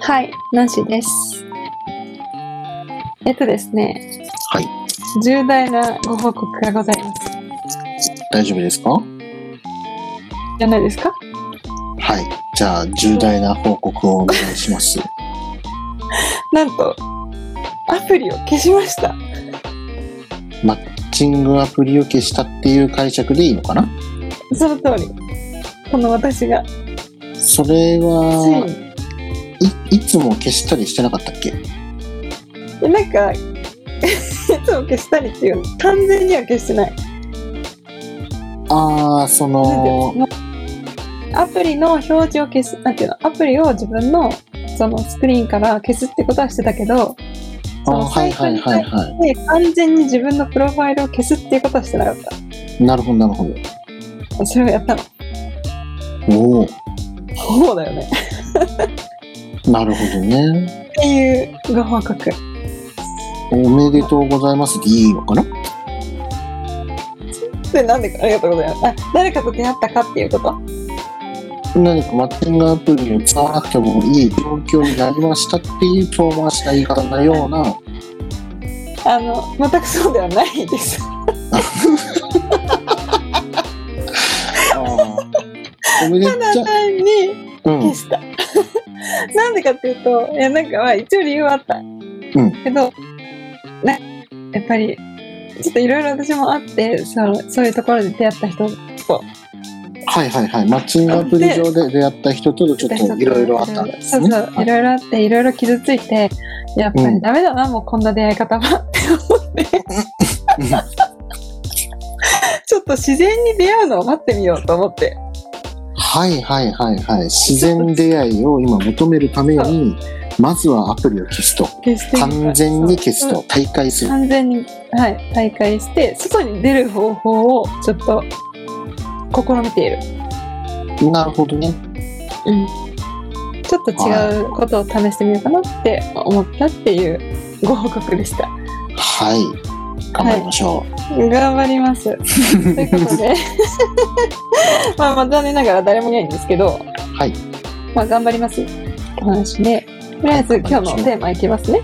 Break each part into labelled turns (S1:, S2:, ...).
S1: はい、なしです。えっとですね、
S2: はい。
S1: 重大なご報告がございます。
S2: 大丈夫ですか
S1: じゃないですか
S2: はい。じゃあ、重大な報告をお願いし ます。
S1: なんと、アプリを消しました。
S2: マッチングアプリを消したっていう解釈でいいのかな
S1: その通り。この私が、つ
S2: それ
S1: い
S2: は
S1: に。
S2: い、いつも消したりしてなかったっけ
S1: えなんか、い つも消したりっていう、完全には消してない。
S2: ああ、その、
S1: アプリの表示を消す、なんていうの、アプリを自分のそのスクリーンから消すってことはしてたけど、
S2: あ
S1: そ
S2: ー
S1: の
S2: は
S1: サ
S2: い
S1: イト
S2: はい
S1: に
S2: は
S1: 入
S2: いは
S1: って完全に自分のプロファイルを消すっていうことはしてなかった
S2: い。なるほどなるほど。。
S1: それをやったの。
S2: おお、
S1: そうだよね。
S2: なるほどね。
S1: っていうご報告。
S2: おめでとうございますでいいのかな
S1: で、なんでか、ありがとうございます。あ、誰かと出会ったかっていうこと
S2: 何かマッチングアプリを使わなくてもいい状況になりましたっていう遠回した言い方のような、
S1: あの、全くそうではないです。
S2: あーおめで
S1: ただ
S2: と
S1: 単に
S2: う。うん
S1: 消した。 なんでかっていうと、いや、なんかまあ一応理由はあった。
S2: ん
S1: けど、な、やっぱり、ちょっといろいろ私もあって、そのそういうところで出会った人と、
S2: はいはいはい。マッチングアプリ上で出会った人とちょっといろいろあったんですね。
S1: そうそう、
S2: はい
S1: ろいろあって、いろいろ傷ついて、やっぱりダメだな、もうこんな出会い方はって思って
S2: うん。
S1: ちょっと自然に出会うのを待ってみようと思って。
S2: はいはいはいはい。自然出会いを今求めるために、まずはアプリを消すと。
S1: 消してみた
S2: 完全に消す
S1: そ
S2: と
S1: う。
S2: 退会する。
S1: 完全に、はい、大会して、外に出る方法をちょっと試みている。
S2: なるほどね。
S1: うん。ちょっと違うことを試してみようかなって思ったっていうご報告でした。
S2: はい。頑張りましょ
S1: 頑張り ます。ということ で、まあ、まあ残念ながら誰もいないんですけど、
S2: う。はい。
S1: まあ、頑張りますって話で、とりあえず今日のテーマいきますね。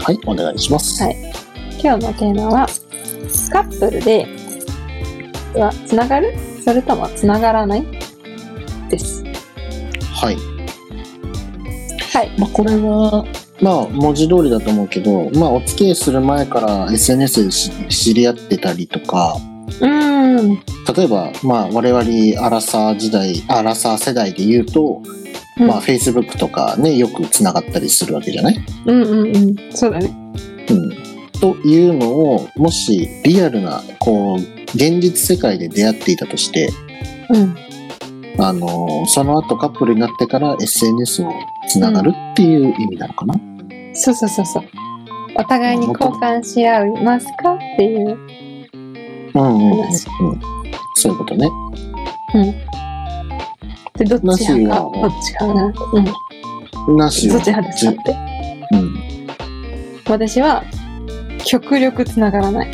S2: はい、お願いします。
S1: はい今日のテーマは、カップルで、は、つながるそれともつながらないです。
S2: はい。
S1: はい。
S2: まあ、これは、まあ、文字通りだと思うけど、まあ、お付き合いする前から SNS でし知り合ってたりとか、
S1: うーん。
S2: 例えば、まあ、我々、アラサー時代、アラサー世代で言うと、まあ、Facebook とかね、よくつながったりするわけじゃない
S1: うんうんうん。そうだね。
S2: うん。というのを、もし、リアルな、こう、現実世界で出会っていたとして、
S1: うん。
S2: あの、その後カップルになってから SNS をつながるっていう意味なのかな、
S1: そうそうそうそう。お互いに交換し合いますかっていう。
S2: うんうんうんうん
S1: 話
S2: そういうことね。
S1: で、どっち派か、
S2: なしは
S1: どっち派な。うん。どっ
S2: なし
S1: ち
S2: は、
S1: 派ですかって。
S2: うん。
S1: 私は極力つながらない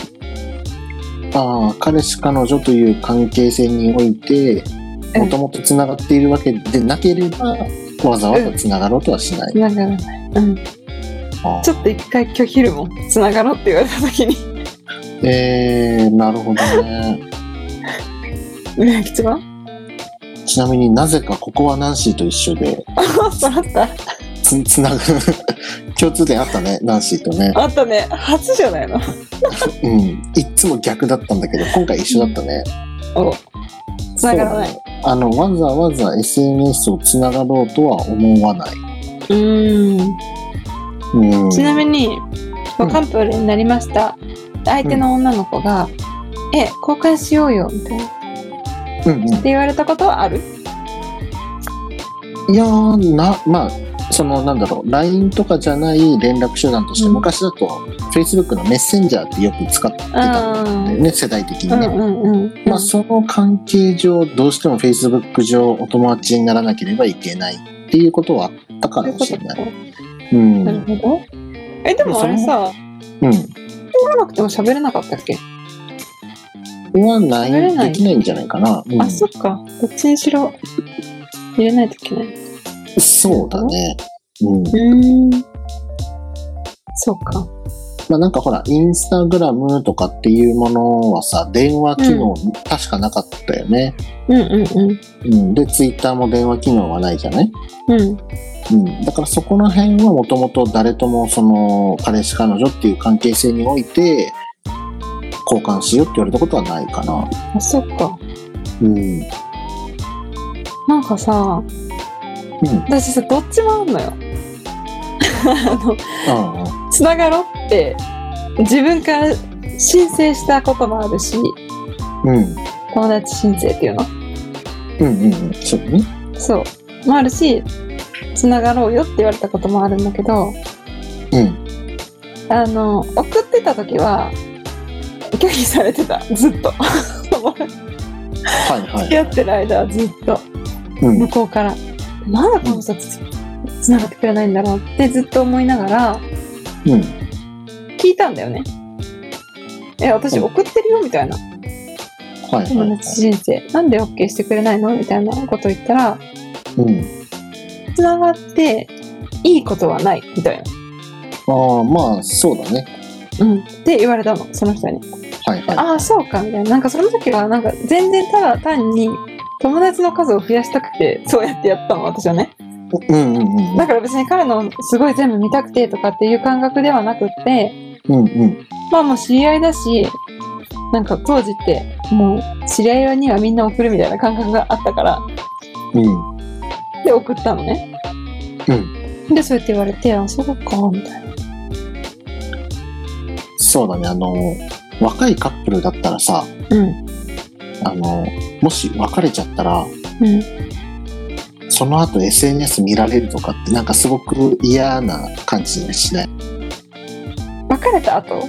S2: ああ、彼氏彼女という関係性において、
S1: うん
S2: もともとつながっているわけでなければ、わざわざつながろうとはしない
S1: つ。ながらない、うん、ち
S2: あ
S1: ょっと一回拒否るもんつながろうって言われた時 に
S2: ーえー、なるほどね。
S1: みゆきち は
S2: ちなみになぜかここはナンシーと一緒で、
S1: あそうあった
S2: つ、つなぐ、 共通点あったね、ナンシーとね。
S1: あったね初じゃないの
S2: うん。いっつも逆だったんだけど、今回一緒だったね。
S1: おつながらない
S2: そうだね。あの、わざわざ SNS をつながろうとは思わない。
S1: うん
S2: うん。
S1: ちなみ
S2: に。
S1: にカ
S2: うん
S1: ップルになりました、相手の女の子が「え交換しようよ」みたいなって
S2: うんうん。
S1: 言われたことはある
S2: いやーなまあそのなんだろう LINE とかじゃない連絡手段として、
S1: うん
S2: 昔だと Facebook のメッセンジャーってよく使ってたん
S1: あ
S2: だよ
S1: ー
S2: ね世代的に
S1: うん
S2: ね、
S1: うんうんうん
S2: まあ、その関係上どうしても Facebook 上お友達にならなければいけないっていうことはあったか
S1: そういう
S2: も
S1: こ
S2: し
S1: と
S2: れない
S1: か
S2: うん、う
S1: なる
S2: ん、
S1: ほどえでもあれさ喋らなくても喋れなかったっけ
S2: はな
S1: 喋れない
S2: いできないんじゃないかな、うん
S1: あ、そっか。どっちにしろ入れないといけない。
S2: そうだねうん。
S1: うん。そうか。
S2: まあなんかほら、インスタグラムとかっていうものはさ、電話機能確かなかったよね。
S1: うんうんうん。
S2: うん。で、ツイッターも電話機能はないじゃない
S1: うん。
S2: うん。だからそこら辺はもともと誰ともその、彼氏彼女っていう関係性において、交換しようって言われたことはないかな。
S1: あ、そっか。
S2: うん。うん。
S1: なんかさ、私さ、どっちもあんのよ。 あの、
S2: あ
S1: つながろうって、自分から申請したこともあるし、
S2: あ。うん。
S1: 友達申請っていうの
S2: うんうんうん。そうだね。
S1: そう。もあるし、つながろうよって言われたこともあるんだけど、
S2: うん。
S1: あの、送ってた時は、拒否されてた、ずっと。
S2: はいは
S1: 付き合
S2: い。
S1: ってる間はずっと、
S2: うん。
S1: 向こうから。なんでこの人つつながってくれないんだろうってずっと思いながら、
S2: うん。
S1: 聞いたんだよね。え、私
S2: うん
S1: 送ってるよ、みたいな。
S2: はいは
S1: 友
S2: い。
S1: 達人生。なんで OK してくれないのみたいなこと言ったら、
S2: うん。
S1: つながっていいことはない、みたいな。
S2: ああ、まあ、そうだね。
S1: うん。って言われたの、その人に。
S2: はいは
S1: ああそうかみたいななんかその時はなんか全然ただ単に友達の数を増やしたくてそうやってやったの私はね
S2: い。うんうんうん。
S1: だから別に彼のすごい全部見たくてとかっていう感覚ではなくって
S2: うんうん。
S1: まあもう知り合いだしなんか当時ってもう知り合いにはみんな送るみたいな感覚があったから
S2: うん。
S1: で送ったのねでそうやって言われてあそうかみたいな
S2: そうだね、あの、若いカップルだったらさ、
S1: うん
S2: あの、もし別れちゃったら、
S1: うん
S2: その後 SNS 見られるとかってなんかすごく嫌な感じにしない。
S1: 別れた後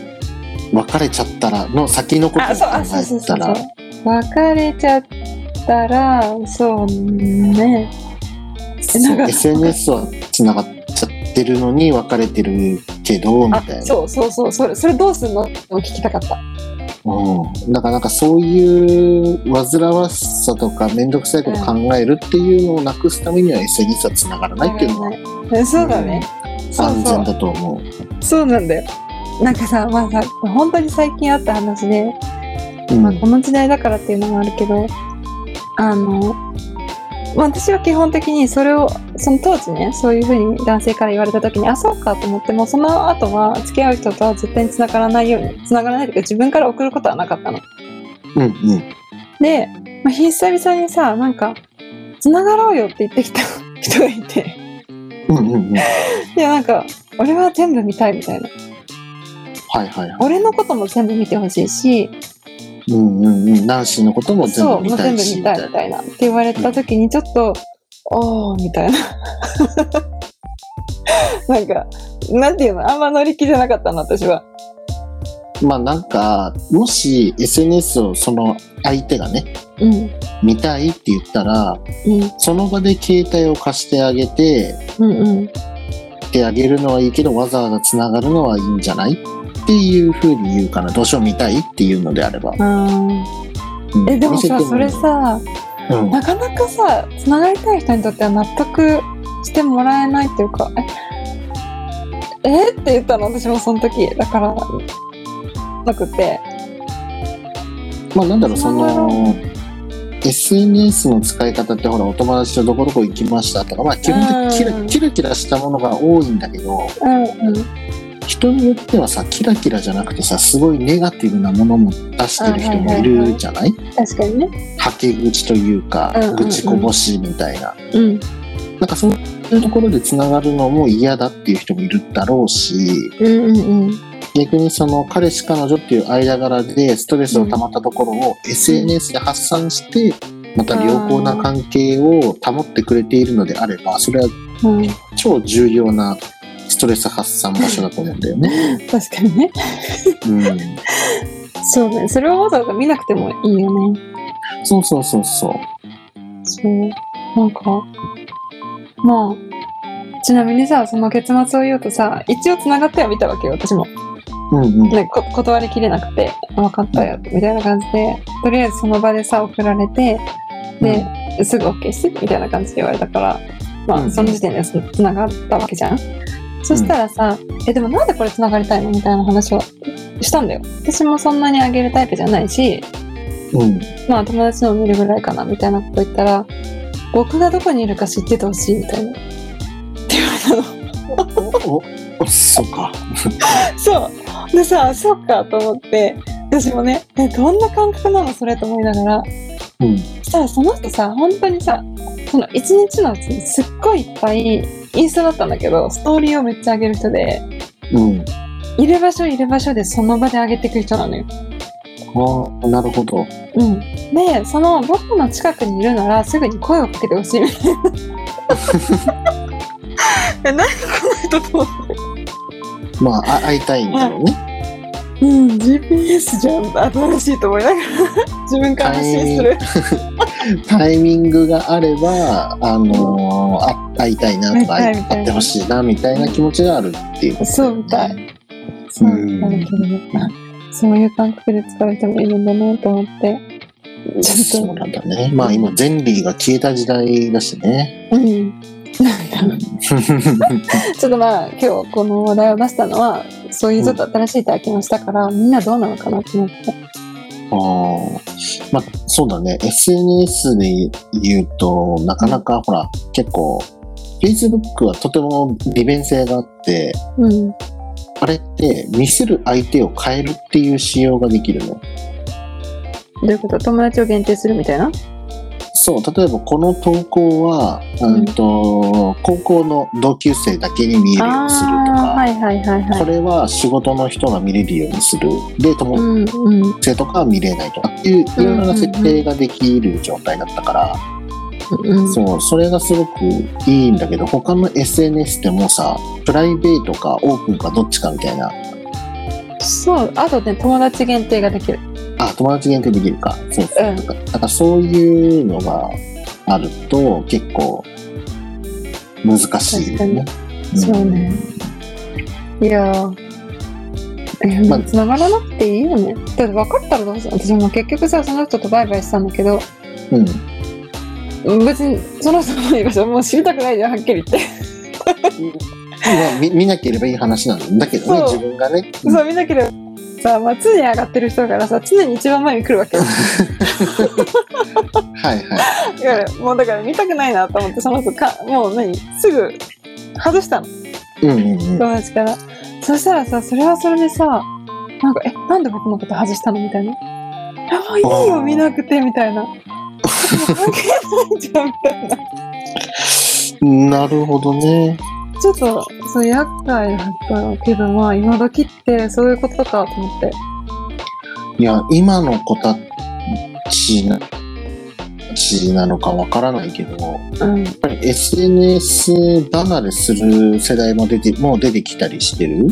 S2: 別れちゃったらの先のことを
S1: あ、
S2: 考
S1: そう、あ、そうそう
S2: え
S1: そ
S2: た
S1: うそ
S2: ら
S1: う、。別れちゃったら、そうね。
S2: そう
S1: なんか
S2: SNS は繋がっちゃってるのに別れてるけど、み
S1: あ
S2: たい、な。
S1: そうそうそう、それ、それどうすんのって聞きたかった。
S2: うん。だからなんかそういう煩わしさとかめんどくさいこと考えるっていうのをなくすためには SNS は繋がらないっていうのは
S1: えそうだね。そう
S2: 安
S1: そ
S2: 全
S1: う。
S2: だと思う。
S1: そうなんだよ。なんかさ、まあさ、本当に最近あった話で、
S2: うん
S1: まあ、この時代だからっていうのもあるけど、あの、まあ私は基本的にそれを、その当時ね、そういうふうに男性から言われた時に、あ、そうかと思って、もうその後は付き合う人とは絶対に繋がらないように、繋がらないというか自分から送ることはなかったの。
S2: うんうん。
S1: で、まあ、久々にさ、なんか、繋がろうよって言ってきた人がいて、
S2: うんうんうん。はい
S1: やなんか、俺は全部見たいみたいな。
S2: いはいは
S1: 俺のことも全部見てほしいし、
S2: い。うんうんうん。ナンシーのことも全
S1: そう、
S2: 部
S1: も
S2: 見
S1: う
S2: た
S1: 全
S2: い
S1: 部
S2: し。
S1: 見たいみたいな。って言われた時にちょっと、おーみたいな。 なんか、なんていうの、あんま乗り気じゃなかったの、私は。
S2: まあなんか、もし SNS をその相手がね、
S1: うん、
S2: 見たいって言ったら、
S1: うん、
S2: その場で携帯を貸してあげて、
S1: うん、うん。
S2: ってあげるのはいいけど、わざわざ繋がるのはいいんじゃないっていうふうに言うかな。どうしよう見たいっていうのであれば。
S1: あ
S2: うん
S1: ーえ、でも
S2: 見せて
S1: さ、それさ、
S2: うん。
S1: なかなかさ、つながりたい人にとっては納得してもらえないっていうか、え、えって言ったの、私もその時。だから、なくて。
S2: まあなんだろう、そ
S1: 繋がろ
S2: の、SNS の使い方ってほら、お友達とどこどこ行きましたとか、まあ基本的にキ
S1: う
S2: ラ
S1: ん
S2: キラキラしたものが多いんだけど、
S1: うん、うん。
S2: 人によってはさキラキラじゃなくてさすごいネガティブなものも出してる人もいるじゃない
S1: 確かにね。
S2: はけ口というか、
S1: うんうんうん
S2: 愚痴こぼしみたいな
S1: うん、
S2: なんかそういうところでつながるのも嫌だっていう人もいるだろうし
S1: うん、うん、うん。
S2: 逆にその彼氏彼女っていう間柄でストレスを溜まったところを SNS で発散してまた良好な関係を保ってくれているのであればそれは
S1: うん
S2: 超重要なストレス発散場所だと思うんだよね。
S1: 確かにね。
S2: うん
S1: そうね。それをわざわざ見なくてもいいよね。
S2: そうそうそうそう。
S1: そう。なんか、まあ、ちなみにさ、その結末を言うとさ、一応繋がっては見たわけよ、私も。
S2: うんうん。
S1: ね、こ断りきれなくて、分かったよ、みたいな感じで、とりあえずその場でさ、送られて、で、すぐ OK して、みたいな感じで言われたから、ま
S2: う
S1: あ
S2: ん
S1: その時点でつつながったわけじゃん、そしたらさ「えでもなんでこれつながりたいの?」みたいな話をしたんだよ私もそんなにあげるタイプじゃないし
S2: うん。
S1: まあ友達のを見るぐらいかなみたいなこと言ったら「僕がどこにいるか知っててほしい」みたいな。って言われたの
S2: お、お、そうか。
S1: そうでさそうかと思って私もねえどんな感覚なのそれと思いながら
S2: うん。
S1: さあその人さ本当にさその一日のうちにすっごいいっぱいインスタだったんだけどストーリーをめっちゃ上げる人で
S2: うん。
S1: いる場所いる場所でその場で上げてくる人なのよ。
S2: ああ、なるほど。
S1: うん、でその僕の近くにいるならすぐに声をかけてほしいみたい な。え何この人と思っ
S2: まあ、あ会いたいんだろうね。
S1: てうん GPS じゃん新しいと思いながら自分から発信する。
S2: タイミングがあれば、あのーあ会いたいなとか、
S1: 会いたいみたい
S2: 会
S1: な
S2: 会ってほしいな、みたいな気持ちがあるっていうこと、
S1: そうみたい。そうなんだけどね、そういう感覚で使う人もいるんだなと思って。ち
S2: そ
S1: ょ
S2: う
S1: っと
S2: なんだね。まあ今、ゼンリーが消えた時代だし ね。
S1: うん、なんかちょっとまあ今日この話題を出したのはそういうちょっと新しい体験をしたから、みんなどうなのかなと思って
S2: あーまあ、そうだね。SNS で言うと、なかなかほら、結構、Facebook はとても利便性があって、
S1: うん
S2: あれって見せる相手を変えるっていう仕様ができるの。
S1: どういうこと友達を限定するみたいな
S2: そう、例えばこの投稿は、
S1: ん
S2: うんと、高校の同級生だけに見えるようにすると
S1: ー
S2: か、
S1: はいはいはいは
S2: こ
S1: い
S2: れは仕事の人が見れるようにする。で、友
S1: うんうん
S2: 生とかは見れないとかっていういろいろな設定ができる状態だったか
S1: う
S2: ら、
S1: ん
S2: そうそれがすごくいいんだけど他の SNS でもさプライベートかオープンかどっちかみたいな
S1: そうあとね友達限定ができる
S2: あ友達限定できるかそうそう、
S1: うん
S2: だからだからそういうのがあると結構難しいよね。ん
S1: そうねいやーえ
S2: まあ
S1: つながらなくていいよねだって分かったらどうする私も結局さその人とバイバイしたんだけど
S2: うん
S1: 別にその人の居場所もう知りたくないじゃんはっきり言って
S2: まあ見見なければいい話なんだけどね
S1: そう
S2: 自分がね。
S1: そう見なければさ、まあ、常に上がってる人だからさ常に一番前に来るわけよ
S2: はいはい。
S1: いわゆるもうだから見たくないなと思ってその人かもう何すぐ外したの
S2: うんうんう
S1: 友
S2: ん。
S1: 達から、そしたらさそれはそれでさなんか「えなんで僕のこと外したの?」みたいな「やばいいい
S2: あ
S1: よ
S2: ー
S1: 見なくて」みたい な「もう関係ないじゃん」みたいな
S2: なるほどね。
S1: ちょっとそう厄介だったけどまあ今時ってそういうことかと思って
S2: いや、今の子たちなちなのかわからないけど、や
S1: うん
S2: っぱり SNS 離れする世代も出て、もう出てきたりしてる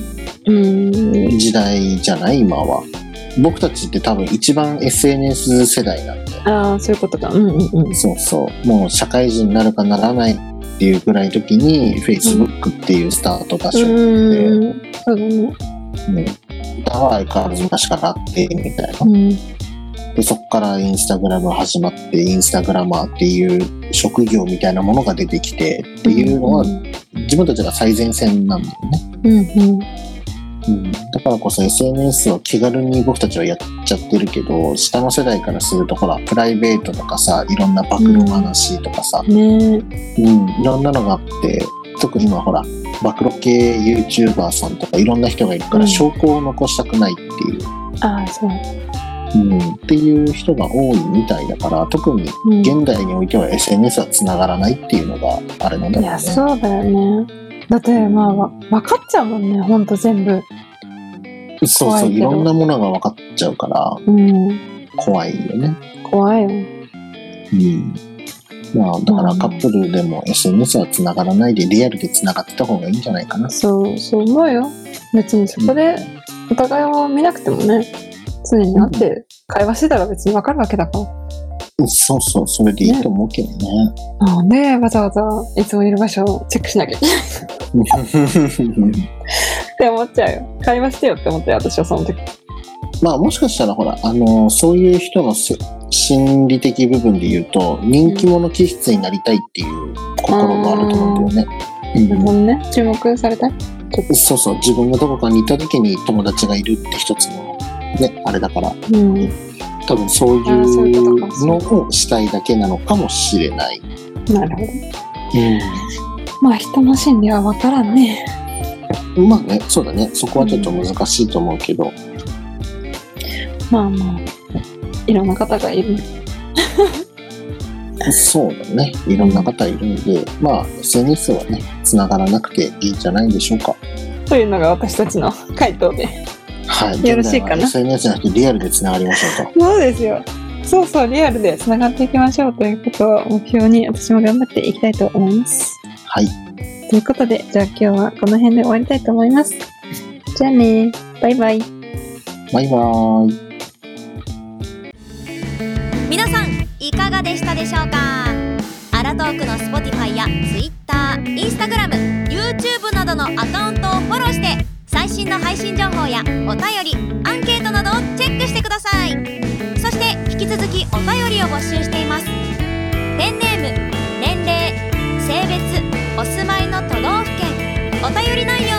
S1: うん
S2: 時代じゃない今は。僕たちって多分一番 SNS 世代なんで。
S1: ああそういうことかうんうんうん
S2: そうそう。もう社会人になるかならないっていうぐらいの時に Facebook っていうスタートダッシ
S1: う
S2: ュ。
S1: んそうだね。
S2: うん歌は相変わらず昔からあって、みたいな。
S1: うん。
S2: でそこからインスタグラム始まってインスタグラマーっていう職業みたいなものが出てきてっていうのは
S1: うん
S2: 自分たちが最前線なんだよね、
S1: うん。
S2: うん、だからこそ SNS は気軽に僕たちはやっちゃってるけど下の世代からするとほらプライベートとかさいろんな暴露話とかさ、
S1: ね
S2: うんいろんなのがあって特に今ほら暴露系 YouTuber さんとかいろんな人がいるか
S1: う
S2: ら
S1: ん
S2: 証拠を残したくないっていう、
S1: ああ、そう。
S2: うん、っていう人が多いみたいだから特に
S1: うん、い
S2: 現代においては SNS はつながらないっていうのがあれなんだろう
S1: や、
S2: ね。
S1: そうだよね。だって、まあ、わ分かっちゃうもんね、ほんと全部。
S2: そうそう
S1: 怖い
S2: い
S1: けど
S2: ろんなものが分かっちゃうから
S1: うん。
S2: 怖いよね。
S1: 怖いよ。
S2: うんまあ、だか
S1: う
S2: ら
S1: ん
S2: カップルでも SNS はつながらないでリアルでつながってた方がいいんじゃないかな。
S1: そう、そう思うよ。別にそこで、お互いを見なくてもね、常になって、会話してたら別に分かるわけだから。
S2: うんそうそうそれでいいと思うけどね。
S1: なんで、わざわざいつもいる場所をチェックしなきゃい けないって思っちゃうよ。会話してよって思ったよ、私はその時。
S2: まあもしかしたらほら、あの、そういう人のせ心理的部分で言うと、人気者気質になりたいっていう心もあると思うんだよね。
S1: 自
S2: うん
S1: 分ね注目されたい
S2: そうそう、自分がどこかにいた時に友達がいるって一つの、ね、あれだから、
S1: うん
S2: 多分そうい
S1: あーそういうことか
S2: うのをしたいだけなのかもしれない。
S1: なるほどまあ人の心理は分からんね
S2: うん、まあね、そうだね、そこはちょっと難しいと思うけど、
S1: まあまあいろんな方がいる
S2: そうだね、いろんな方いるんで、まあ SNS はね、繋がらなくていいんじゃないでしょうか。
S1: というのが私たちの回答で
S2: はい、
S1: よろしいかな
S2: 現在は SNS じゃなくてリアルで繋がりましょうと。
S1: そうですよそうそうリアルでつながっていきましょうということを目標に私も頑張っていきたいと思います
S2: はい、
S1: ということでじゃあ今日はこの辺で終わりたいと思いますじゃあねバイバイ
S2: バイバーイ。
S3: 皆さんいかがでしたでしょうかアラトークの Spotify や TwitterInstagramYouTube などのアカウントをフォローして最新の配信情報やお便りアンケートなどをチェックしてくださいそして引き続きお便りを募集していますペンネーム年齢性別お住まいの都道府県お便り内容